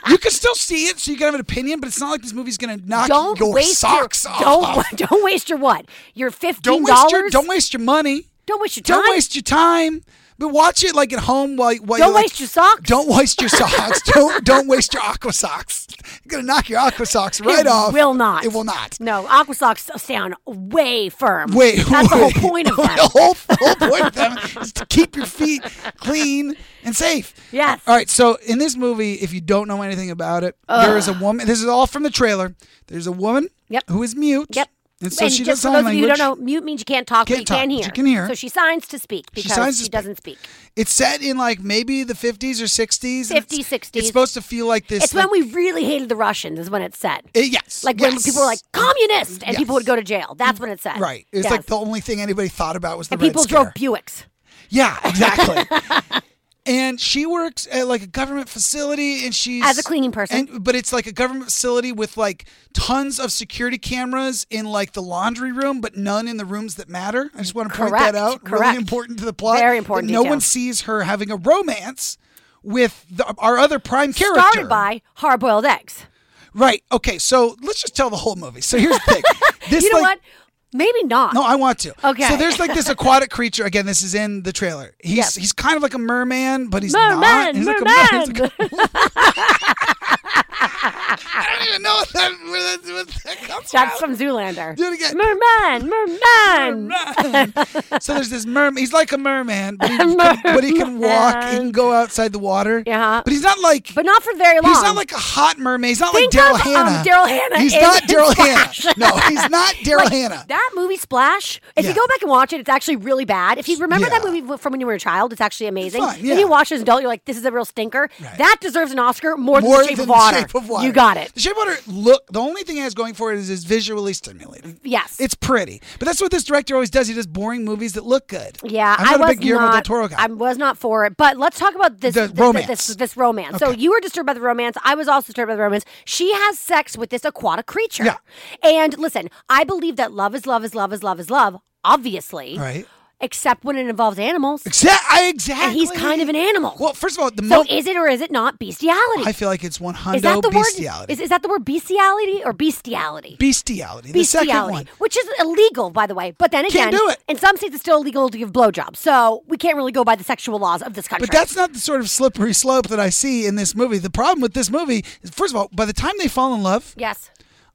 You can still see it, so you can have an opinion, but it's not like this movie's gonna knock
don't
your
waste
socks
your,
off.
Don't don't waste your what? Your
Don't
fifteen
waste
dollars.
your don't waste your money.
Don't waste your
Don't
time.
waste your time. But watch it like at home while, while
Don't
you're, like-
waste your socks.
Don't waste your socks. don't don't waste your aqua socks. You're gonna knock your aqua socks right
it
off.
Will not.
It will not.
No, aqua socks sound way firm.
Wait,
that's the whole
wait.
point of
The
that.
whole, the whole point of them is to keep your feet clean and safe.
Yes.
All right. So in this movie, if you don't know anything about it, there is a woman. This is all from the trailer. There's a woman
Yep.
who is mute.
Yep.
And so she
just
does
for
sign
those
language.
of you who don't know, mute means you can't talk,
Can't
but you
talk,
can
but
hear.
you can hear.
So she signs to speak because
signs to
she
speak.
doesn't speak.
It's set in like maybe the 50s or
50s,
60s. 60s.
60s.
It's supposed to feel like this.
It's when
like-
we really hated the Russians. Is when it's set.
Eh, yes.
Like when
yes.
people were like communist, and people
Yes.
would go to jail. That's when it's set.
Right. It was
Yes.
like the only thing anybody thought about was the
and people
Red
drove
Scare.
Buicks.
Yeah, exactly. and she works at like a government facility, and she's
As a cleaning person.
And, but it's like a government facility with like tons of security cameras in like the laundry room, but none in the rooms that matter. I just want to point
Correct,
that out.
correct.
Really important to the plot.
Very important
That no
detail.
one sees her having a romance with the, our other prime character.
Started by hard boiled eggs.
Right. Okay. So let's just tell the whole movie. So here's the thing. This,
you know
like-
what? Maybe not.
No, I want to.
Okay.
So there's like this aquatic creature. Again, this is in the trailer. He's
Yes.
he's kind of like a merman, but he's not.
Merman,
He's like a mer- he's
merman.
like a- I don't even know what that, where that, where that comes
That's
from.
from Zoolander.
Do it again.
Merman, merman.
so there's this merman. He's like a merman, but he, can, but he can walk. He can go outside the water.
Yeah.
But he's not like.
But not for very long.
He's not like a hot mermaid. He's not
Think
like Daryl
of, um,
Hannah.
Daryl Hannah
He's
in-
not
in
Daryl
Flash.
Hannah. No, he's not Daryl Hannah.
That movie Splash, if you
Yeah.
go back and watch it, it's actually really bad. If you remember that
Yeah.
movie w- from when you were a child, it's actually amazing.
fine,
If
yeah.
you watch it as an adult, you're like, this is a real stinker.
Right.
That deserves an Oscar more,
More
than, the shape,
than
of water.
the shape of water.
You got it.
The shape of water look the only thing it has going for it is it's visually stimulating.
Yes.
It's pretty. But that's what this director always does. He does boring movies that look good.
yeah,
I'm not
was
a big Guillermo
not.
del Toro guy.
I was not for it. But let's talk about this
The
this,
romance.
This, this, romance. So you were disturbed by the romance. I was also disturbed by the romance. She has sex with this aquatic creature.
Yeah.
And listen, I believe that love is love is love is love is love. Obviously,
right.
except when it involves animals.
Exact I exactly
And he's kind of an animal.
Well, first of all, the
So
mo-
is it or is it not bestiality?
I feel like it's one
is that
hundo
the word?
bestiality.
Is, is that the word bestiality or bestiality?
bestiality. The second one.
bestiality, Oh which is illegal, by the way. But then again,
Can't do it.
in some states, it's still illegal to give blowjobs. So we can't really go by the sexual laws of this country.
But that's not the sort of slippery slope that I see in this movie. The problem with this movie is first of all, by the time they fall in love,
yes.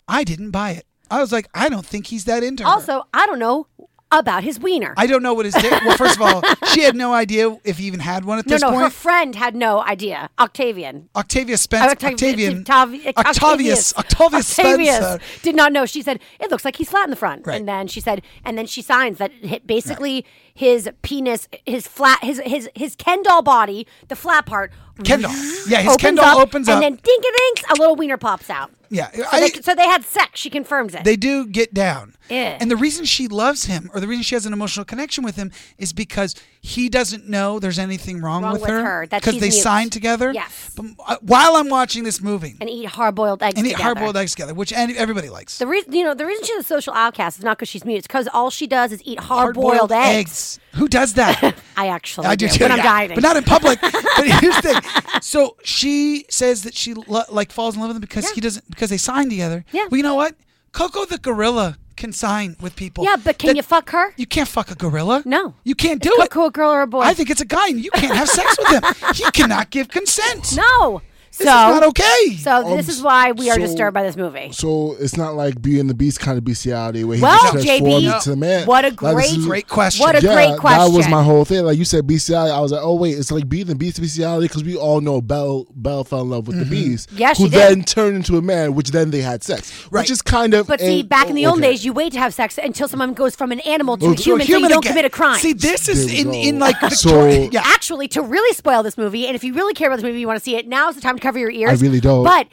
I didn't buy it. I was like, I don't think he's that into her.
Also, I don't know about his wiener.
I don't know what his dick. Well, first of all, she had no idea if he even had one at
no,
this
no, her
point.
friend had no idea. Octavian. Oh,
Octavia Spence,
Octavi-
Octavian,
Octavi-
Octavius, Octavius,
Octavius
Spencer.
did not know. She said it looks like he's flat in the front,
Right.
and then she said, and then she signs that hi- basically his penis, his flat, his his his Ken doll body, the flat part.
Kendall. Yeah, his
opens
Kendall
up,
opens up.
and then dinky dinks, a little wiener pops out.
Yeah,
So,
I-
they, so they had sex. She confirms it.
they do get down.
Yeah.
And the reason she loves him, or the reason she has an emotional connection with him, is because he doesn't know there's anything wrong,
Wrong
with,
with her, that
because
she's
they
mute.
signed together.
Yes.
But uh, while I'm watching this movie,
and eat hard boiled eggs.
and eat
together.
hard-boiled eggs together, which any- everybody likes.
The reason you know the reason she's a social outcast is not because she's mute. It's because all she does is eat hard
Hard-boiled
boiled eggs.
Who does that?
I actually
I do too.
when I'm
yeah.
dieting.
but not in public. but here's the thing. So she says that she lo- like falls in love with him because he doesn't because they sign together.
Yeah.
Well, you know what? Coco the gorilla can sign with people.
yeah, but can
That-
you fuck her?
You can't fuck a gorilla.
No.
You can't do
Coco
it.
a girl or a boy?
I think it's a guy, and you can't have sex with him. He cannot give consent.
no.
This
so
is not okay. Um,
so this is why we are
so-
disturbed by this movie.
So it's not like Beauty and the Beast kind of bestiality where he
Well,
just transformed
JB,
into a man.
what a
Like, this
great,
is-
Great question.
What a
yeah,
great question.
That was my whole thing. Like you said, bestiality. I was like, oh wait, it's like Beauty and the Beast bestiality because we all know Belle Belle fell in love with the Beast,
Yeah, Mm-hmm. she
who
did.
then turned into a man, which then they had sex,
Right.
which is kind of.
But
a-
see, back in the
oh,
old
okay.
days, you wait to have sex until someone goes from an animal to a
Well,
You're
human, so you don't
Oh, again.
commit a crime.
See, this is
There we
in,
go.
in like
So-
Victorian. yeah.
Actually, to really spoil this movie, and if you really care about this movie, you want to see it, now's the time to cover your ears.
really don't.
But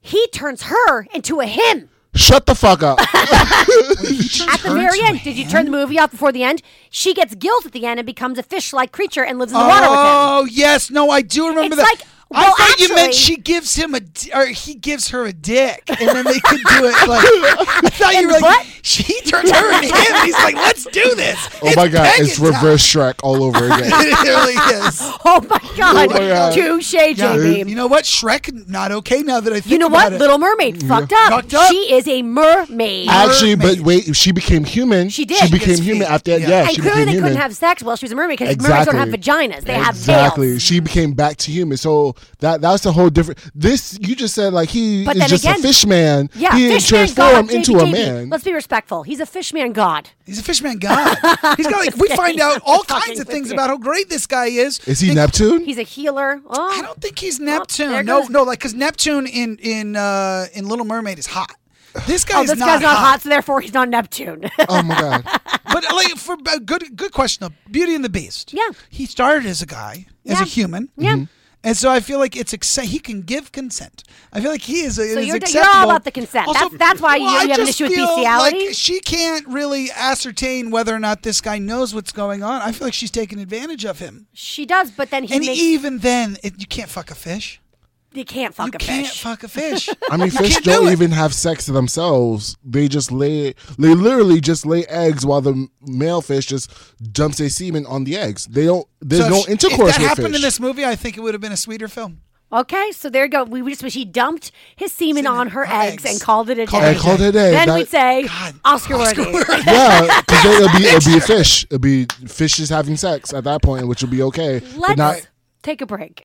he turns her into a him.
Shut the fuck up.
At the very end, did you turn the movie off before the end? She gets guilt at the end and becomes a fish-like creature and lives in the water with him.
Oh yes, no, I do remember
It's
that.
like- well,
I thought you meant
actually-
she gives him a, d- or he gives her a dick, and then they could do it. Like I thought you were like,
butt?
she turns her and him. And he's like, let's do this.
Oh my god,
pegging
it's reverse Shrek all over
time.
again.
it really is.
Oh my god,
my God.
touche,
Yeah,
JB.
you know what? Shrek not okay now that I think
You know
about
what?
it.
Little Mermaid fucked up.
Fucked up.
She is a mermaid.
Actually, but
Mermaid.
wait, she became human.
She did.
She became
Gets feet.
human after that.
Yeah.
Yeah,
and
she
clearly
became
they
human.
couldn't have sex while she was a mermaid because mermaids don't
Exactly.
have vaginas. They
exactly.
have tails.
She became back to human. So that that's the whole different. This you just said like he
But
is
then
just
again-
a fish man.
Yeah,
he
fish man
transformed
god,
into
JB.
a man.
Let's be respectful. He's a fish man god.
He's a fishman god. He's got like we find out all kinds of
with
things
you.
about how great this guy is.
Is he
They-
Neptune?
He's a healer. Oh,
I don't think he's
there
Neptune. No,
goes-
no, like because Neptune in in uh, in Little Mermaid is hot. This guy
oh
is
this guy's not hot. so therefore he's not Neptune.
oh my god.
but like for a good good question though, Beauty and the Beast.
Yeah.
He started as a guy, as
Yeah.
a human. Mm-hmm.
Yeah. Mhm.
And so I feel like it's exce- he can give consent. I feel like he is.
So
is
you're- you're all
acceptable.
about the consent. That's- that's why you-
I
you have an
just
issue with
feel
bestiality?
Like she can't really ascertain whether or not this guy knows what's going on. I feel like she's taking advantage of him.
She does, but then he
and
makes
even then, it, you can't fuck a fish.
you can't fuck
you
a
can't
fish.
fuck a fish.
I mean,
You
fish
can't
don't
do it.
even have sex to themselves. They just lay, they literally just lay eggs while the m- male fish just dumps their semen on the eggs. They don't, there's
So
no
if she-
intercourse
If that
with
happened
fish.
in this movie, I think it would have been a sweeter film.
Okay, so there you go. We we just wish he dumped his semen on her
on
eggs
eggs.
and called it a
Called
day.
I called it a day.
Then
That-
we'd say
God,
Oscar worthy.
yeah, because it'll be it'll be a fish. It'll be fishes having sex at that point, which will be okay.
Let's
But not
take a break.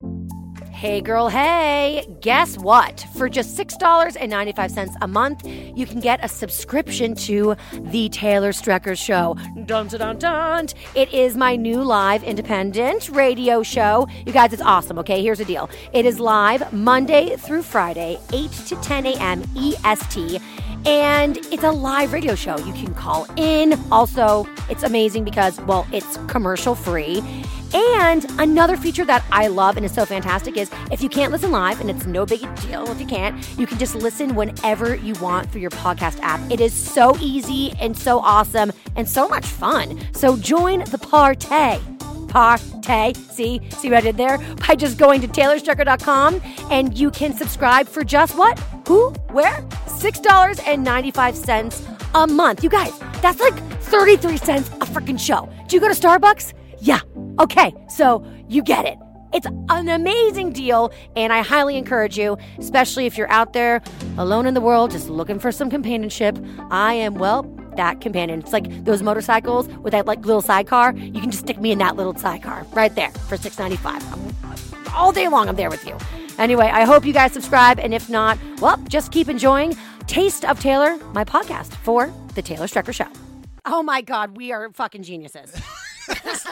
Hey girl, hey, guess what? For just $6.95 a month, you can get a subscription to The Taylor Strecker Show. Dun dun dun dun. It is my new live independent radio show. You guys, it's awesome, okay? Here's the deal it is live Monday through Friday, 8 to 10 a.m. EST. E And it's a live radio show. You can call in. Also, it's amazing because, well, it's commercial free. And another feature that I love and is so fantastic is if you can't listen live, and it's no big deal if you can't, you can just listen whenever you want through your podcast app. It is so easy and so awesome and so much fun. So join the party partay. See, see what I did there? By just going to taylorstrucker.com and you can subscribe for just what? Who? Where? $6.95 a month. You guys, that's like 33 cents a freaking show. Do you go to Starbucks? Yeah. Okay, so you get it. It's an amazing deal, and I highly encourage you, especially if you're out there alone in the world, just looking for some companionship. I am, well, that companion. It's like those motorcycles with that like little sidecar. You can just stick me in that little sidecar right there for six ninety five. All day long, I'm there with you. Anyway, I hope you guys subscribe, and if not, well, just keep enjoying Taste of Taylor, my podcast for the Taylor Strecker Show. Oh my God, we are fucking geniuses.
That was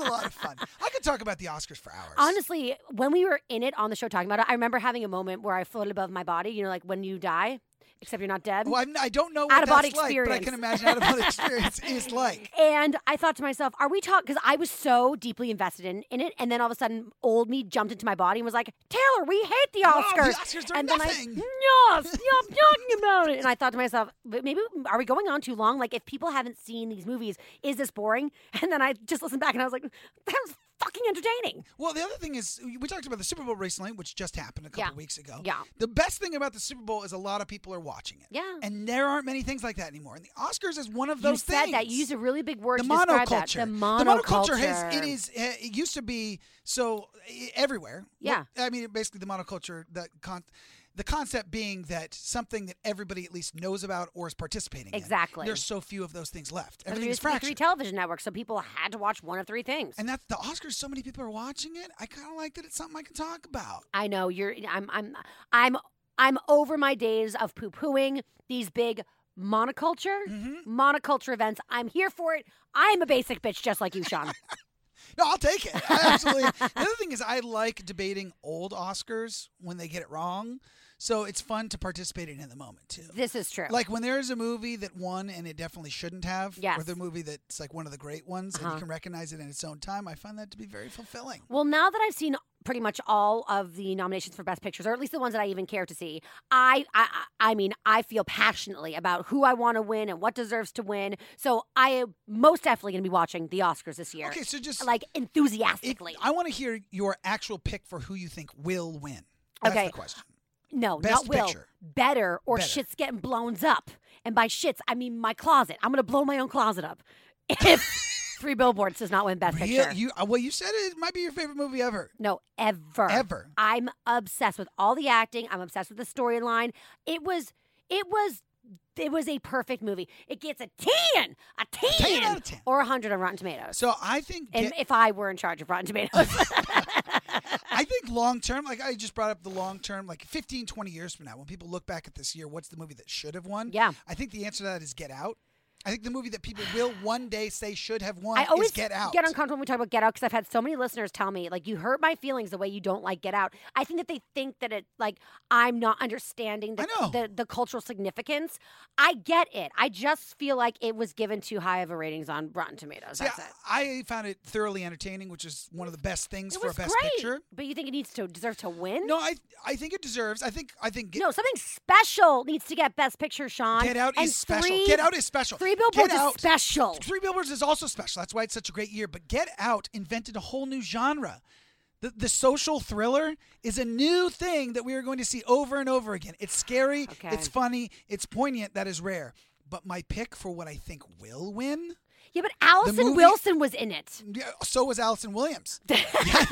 a lot of fun. I could talk about the Oscars for hours.
Honestly, when we were in it on the show talking about it, I remember having a moment where I floated above my body. You know, like when you die, except you're not dead.
Well, I'm- I don't know what that's
Out-of-body
like, but I
experience.
can imagine out of body experience is like.
And I thought to myself, are we talking? Because I was so deeply invested in, in it. And then all of a sudden, old me jumped into my body and was like, Taylor, we hate the
No,
Oscars.
the Oscars are
and
nothing.
then I, no, stop talking about it. And I thought to myself, but maybe are we going on too long? Like, if people haven't seen these movies, is this boring? And then I just listened back and I was like, that was fucking entertaining.
Well, the other thing is, we talked about the Super Bowl recently, which just happened a couple
Yeah.
weeks ago.
Yeah.
The best thing about the Super Bowl is a lot of people are watching it.
Yeah.
And there aren't many things like that anymore. And the Oscars is one of those
you said
things.
that. You used a really big word
the
to
monoculture.
describe that. The monoculture.
monoculture has it is uh, it used to be so uh, everywhere.
Yeah.
Well, I mean, basically the monoculture the con- the concept being that something that everybody at least knows about or is participating in.
Exactly.
There's so few of those things left.
There
Everything is
used to be three
fractured.
television networks, so people had to watch one of three things.
and that's the Oscars. So many people are watching it. I kind of like that. It's something I can talk about.
I know you're. I'm. I'm. I'm. I'm over my days of poo pooing these big monoculture
Mm-hmm.
monoculture events. I'm here for it. I'm a basic bitch just like you, Sean.
No, I'll take it. I absolutely. the other thing is, I like debating old Oscars when they get it wrong. So it's fun to participate in in the moment too.
this is true.
Like when there's a movie that won and it definitely shouldn't have,
Yes. Uh-huh.
or the movie that's like one of the great ones and you can recognize it in its own time, I find that to be very fulfilling.
well, now that I've seen pretty much all of the nominations for best pictures, or at least the ones that I even care to see, I I I I mean I feel passionately about who I want to win and what deserves to win. So I am most definitely going to be watching the Oscars this year.
Okay, so just
like
it-
enthusiastically.
I want to hear your actual pick for who you think will win. That's
Okay.
the question.
No,
Best
not will.
picture.
Better or
Better.
shit's getting blown up. And by shits, I mean my closet. I'm gonna blow my own closet up. If Three Billboards does not win Best
Real,
Picture.
you uh, well, you said it might be your favorite movie ever.
no, ever.
Ever.
I'm obsessed with all the acting. I'm obsessed with the storyline. It was it was it was a perfect movie. It gets a 10, a 10,
out of 10.
or 100 on Rotten Tomatoes.
So I think
and
get-
if I were in charge of Rotten Tomatoes.
I think long term, like I just brought up the long term, like 15, 20 years from now, when people look back at this year, what's the movie that should have won?
Yeah.
I think the answer to that is Get Out. I think the movie that people will one day say should have won
I always
is Get Out.
uncomfortable when we talk about Get Out because I've had so many listeners tell me like you hurt my feelings the way you don't like Get Out. I think that they think that it like I'm not understanding the
I know.
the, the cultural significance. I get it. I just feel like it was given too high of a ratings on Rotten Tomatoes.
Yeah,
That's it.
I found it thoroughly entertaining, which is one of the best things
It
for
was
a best
great,
picture.
but you think it needs to deserve to win?
No, I I think it deserves. I think I think Get,
No, something special needs to get Best Picture, Sean.
Get Out
and
is special.
Three-
Get Out is special.
Three
Get
Billboards is
Out-
special.
Three Billboards is also special. That's why it's such a great year. But Get Out invented a whole new genre. The, the social thriller is a new thing that we are going to see over and over again. It's scary,
Okay.
it's funny, it's poignant, that is rare. But my pick for what I think will win,
Yeah, but Allison
movie-
Wilson was in it.
yeah, so was Allison Williams. yeah,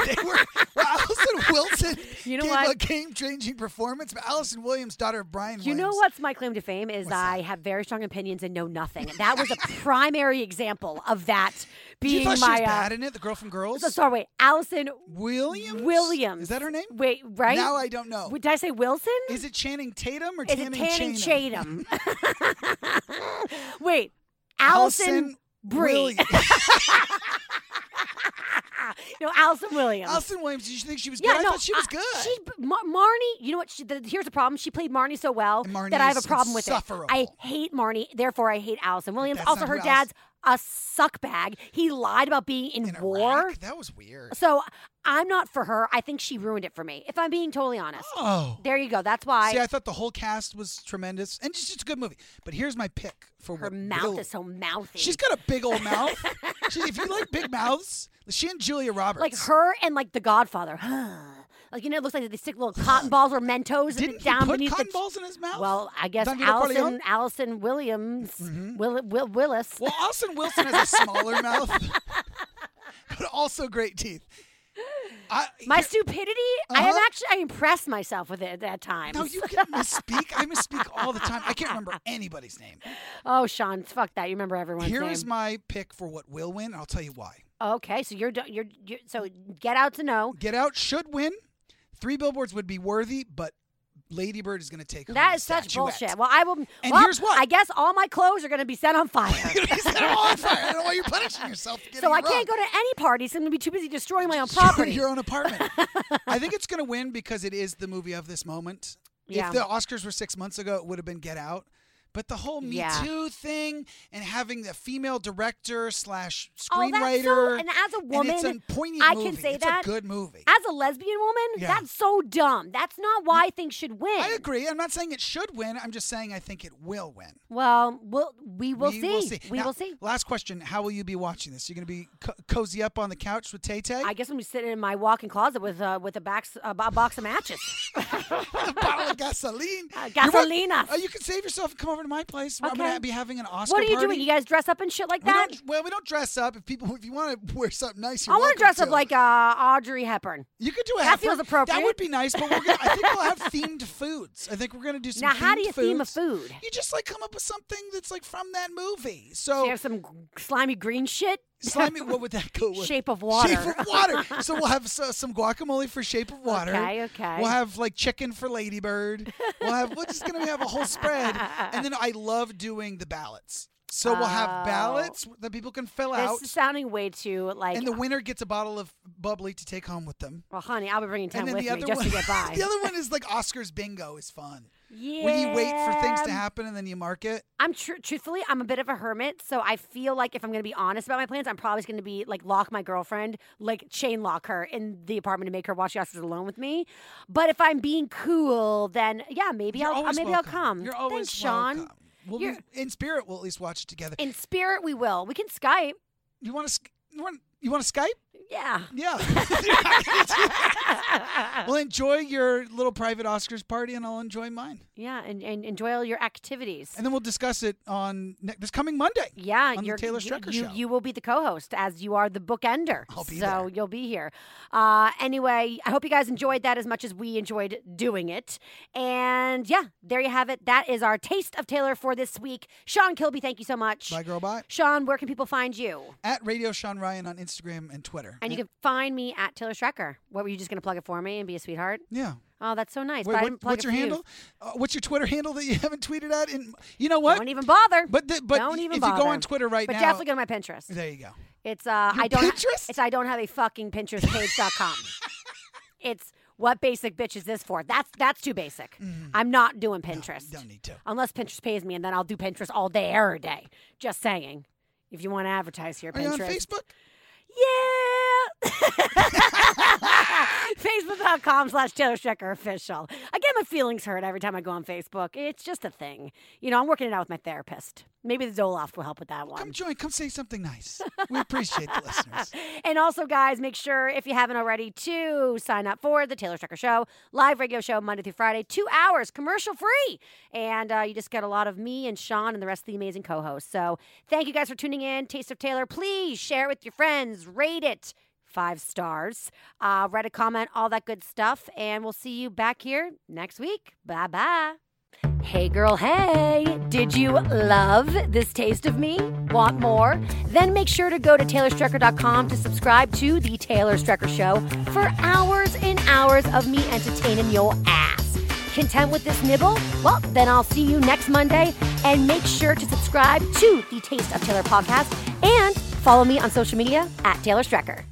they were, well, Allison Wilson
You know
gave
what?
a game changing performance, but Allison Williams, daughter of Brian
You know
Williams.
what's my claim to fame is I have very strong opinions and know nothing. And that was a primary example of that
Do you
being
thought she
my.
was
uh,
bad in it, the girl from Girls?
so sorry, wait, Allison
Williams?
Williams.
Is that her name?
Wait, right?
Now I don't know.
Did I say Wilson?
Is it Channing Tatum or
Is it Tanning
Channing Chatham?
Chatham? wait, Allison Brie.
Williams.
no, Allison Williams.
Allison Williams. Did you think she was good?
Yeah,
I
no,
thought she was
I-
good.
She, Mar- Marnie, you know what? She, the, here's the problem. She played Marnie so well
And Marnie
that I have a
is
problem with
insufferable.
it. I hate Marnie, therefore I hate Allison Williams.
That's
Also,
not
her
who
dad's a suckbag. He lied about being in,
In
war.
Iraq? That was weird.
So I'm not for her. I think she ruined it for me. If I'm being totally honest,
Oh.
there you go. That's why
See, I thought the whole cast was tremendous, and it's just a good movie. But here's my pick for
her
what
mouth
will-
is so mouthy.
She's got a big old mouth. she, if you like big mouths, she and Julia Roberts.
like her and like The Godfather. like you know, it looks like they stick little cotton balls or Mentos
Didn't he
down
put
beneath
cotton
the.
balls in his mouth?
Well, I guess
Don Vito Corleone? Mm-hmm.
Allison, Allison Williams, Will, Will, Willis.
Well, Austin Wilson has a smaller mouth, but also great teeth. I,
My stupidity, I am
Uh-huh.
actually, I impressed myself with it at that time.
no, you can misspeak. I misspeak all the time. I can't remember anybody's name.
oh, Sean, fuck that. You remember everyone's
Here
name.
is my pick for what will win, and I'll tell you why.
okay, so you're, do- you're, you're, so get out to know.
Get Out should win. Three Billboards would be worthy, but Lady Bird is going to take home
That
the
is such
statuette.
bullshit. Well, I will.
And
well,
here's what.
I guess all my clothes are going to be set on fire.
You set it on fire. I don't know why you're punishing yourself. for getting
so
it
I can't go
wrong.
to any parties. I'm going to be too busy destroying my own property.
Your own apartment. I think it's going to win because it is the movie of this moment.
Yeah.
If the Oscars were six months ago, it would have been Get Out. But the whole Me
Yeah.
Too thing and having the female director slash
Oh,
screenwriter.
that's so- and as a
it's
woman,
a poignant
I can
movie.
say
it's
that.
a good movie.
As a lesbian woman,
Yeah.
that's so dumb. That's not why things should win.
I agree. I'm not saying it should win. I'm just saying I think it will win.
Well, we'll we will
we
see.
Will see.
We
Now,
will see.
Last question: How will you be watching this? You're going to be co- cozy up on the couch with Tay Tay,
I guess I'm gonna be sitting in my walk-in closet with uh, with a box a bo- box of matches.
a bottle of gasoline,
Uh,
You're wel-
gasolinas.
Uh, you can save yourself and come over to my place. I'm going
Okay.
to be having an Oscar.
what are you
party.
doing? You guys dress up and shit like
We
that?
don't, well, we don't dress up. If people, if you want to wear something nice,
I
you're
want
welcome
to dress up
to.
like uh, Audrey Hepburn.
you could do a
that
heifer.
feels appropriate.
That would be nice, but we're gonna, I think we'll have themed foods. I think we're going to do some.
now, how do
themed
you theme a
foods.
food?
You just like come up with something that's like from that movie.
Do
So
you have some g- slimy green shit?
Slimy, what would that go with?
Shape of Water.
Shape of Water. so we'll have so, some guacamole for Shape of Water.
Okay, okay.
We'll have like chicken for Ladybird. We'll have, we're just going to have a whole spread. And then I love doing the ballots. So we'll
Oh.
have ballots that people can fill
This
out.
is sounding way too like.
and the winner gets a bottle of bubbly to take home with them.
well, honey, I'll be bringing ten
And then
with
the
me
other
just
one,
to get by.
the other one is like Oscars bingo is fun.
yeah.
Where you wait for things to happen and then you mark it.
I'm tr- truthfully, I'm a bit of a hermit, so I feel like if I'm going to be honest about my plans, I'm probably going to be like lock my girlfriend, like chain lock her in the apartment to make her watch the Oscars alone with me. But if I'm being cool, then yeah, maybe
You're
I'll
always
maybe
welcome.
I'll come.
You're always
Thanks, Sean.
welcome. We'll be,
You're-
in spirit, we'll at least watch it together.
In spirit, we will. We can Skype.
You want to? You want? You want to Skype?
Yeah.
Yeah. well, enjoy your little private Oscars party, and I'll enjoy mine.
Yeah, and, and enjoy all your activities.
And then we'll discuss it on ne- this coming Monday.
yeah,
on the
you're
Taylor
you,
Strecker
you,
show.
you will be the co-host as you are the bookender.
I'll be
so
there.
you'll be here. Uh, anyway, I hope you guys enjoyed that as much as we enjoyed doing it. And yeah, there you have it. That is our taste of Taylor for this week. Sean Kilby, thank you so much.
Bye, girl. Bye.
Sean, where can people find you?
At Radio Sean Ryan on Instagram and Twitter.
And you can find me at Taylor Strecker. What were you just going to plug it for me and be a sweetheart?
Yeah.
Oh, that's so nice.
Wait,
but I
what-
didn't plug
what's
it
your
for you.
handle? Uh, what's your Twitter handle that you haven't tweeted out? And you know what?
Don't e-, even bother.
But the- but
don't even
if
bother.
you go on Twitter right
but
now,
definitely go to my Pinterest.
there you go.
It's uh,
Your
I don't. ha-
Pinterest?
it's I don't have a fucking Pinterest page.com. it's what basic bitch is this for? That's that's too basic. I'm not doing Pinterest.
Mm. Don't e- need to.
Unless Pinterest pays me, and then I'll do Pinterest all day, every day. Just saying. If you want to advertise here,
Are you on
Pinterest.
Facebook?
Yeah. Facebook.com slash Taylor Strecker official. I get my feelings hurt every time I go on Facebook. It's just a thing. You know, I'm working it out with my therapist. Maybe the Zoloft will help with that one.
Come join. Come say something nice. We appreciate the listeners.
And also, guys, make sure if you haven't already to sign up for the Taylor Strecker Show live radio show Monday through Friday, two hours commercial free, and uh, you just get a lot of me and Sean and the rest of the amazing co-hosts. So thank you guys for tuning in. Taste of Taylor, please share it with your friends, rate it. Five stars. Uh, write a comment, all that good stuff. And we'll see you back here next week. Bye bye. Hey girl, hey! Did you love this taste of me? Want more? Then make sure to go to TaylorStrecker.com to subscribe to The Taylor Strecker Show for hours and hours of me entertaining your ass. Content with this nibble? Well, then I'll see you next Monday. And make sure to subscribe to The Taste of Taylor podcast and follow me on social media at Taylor Strecker.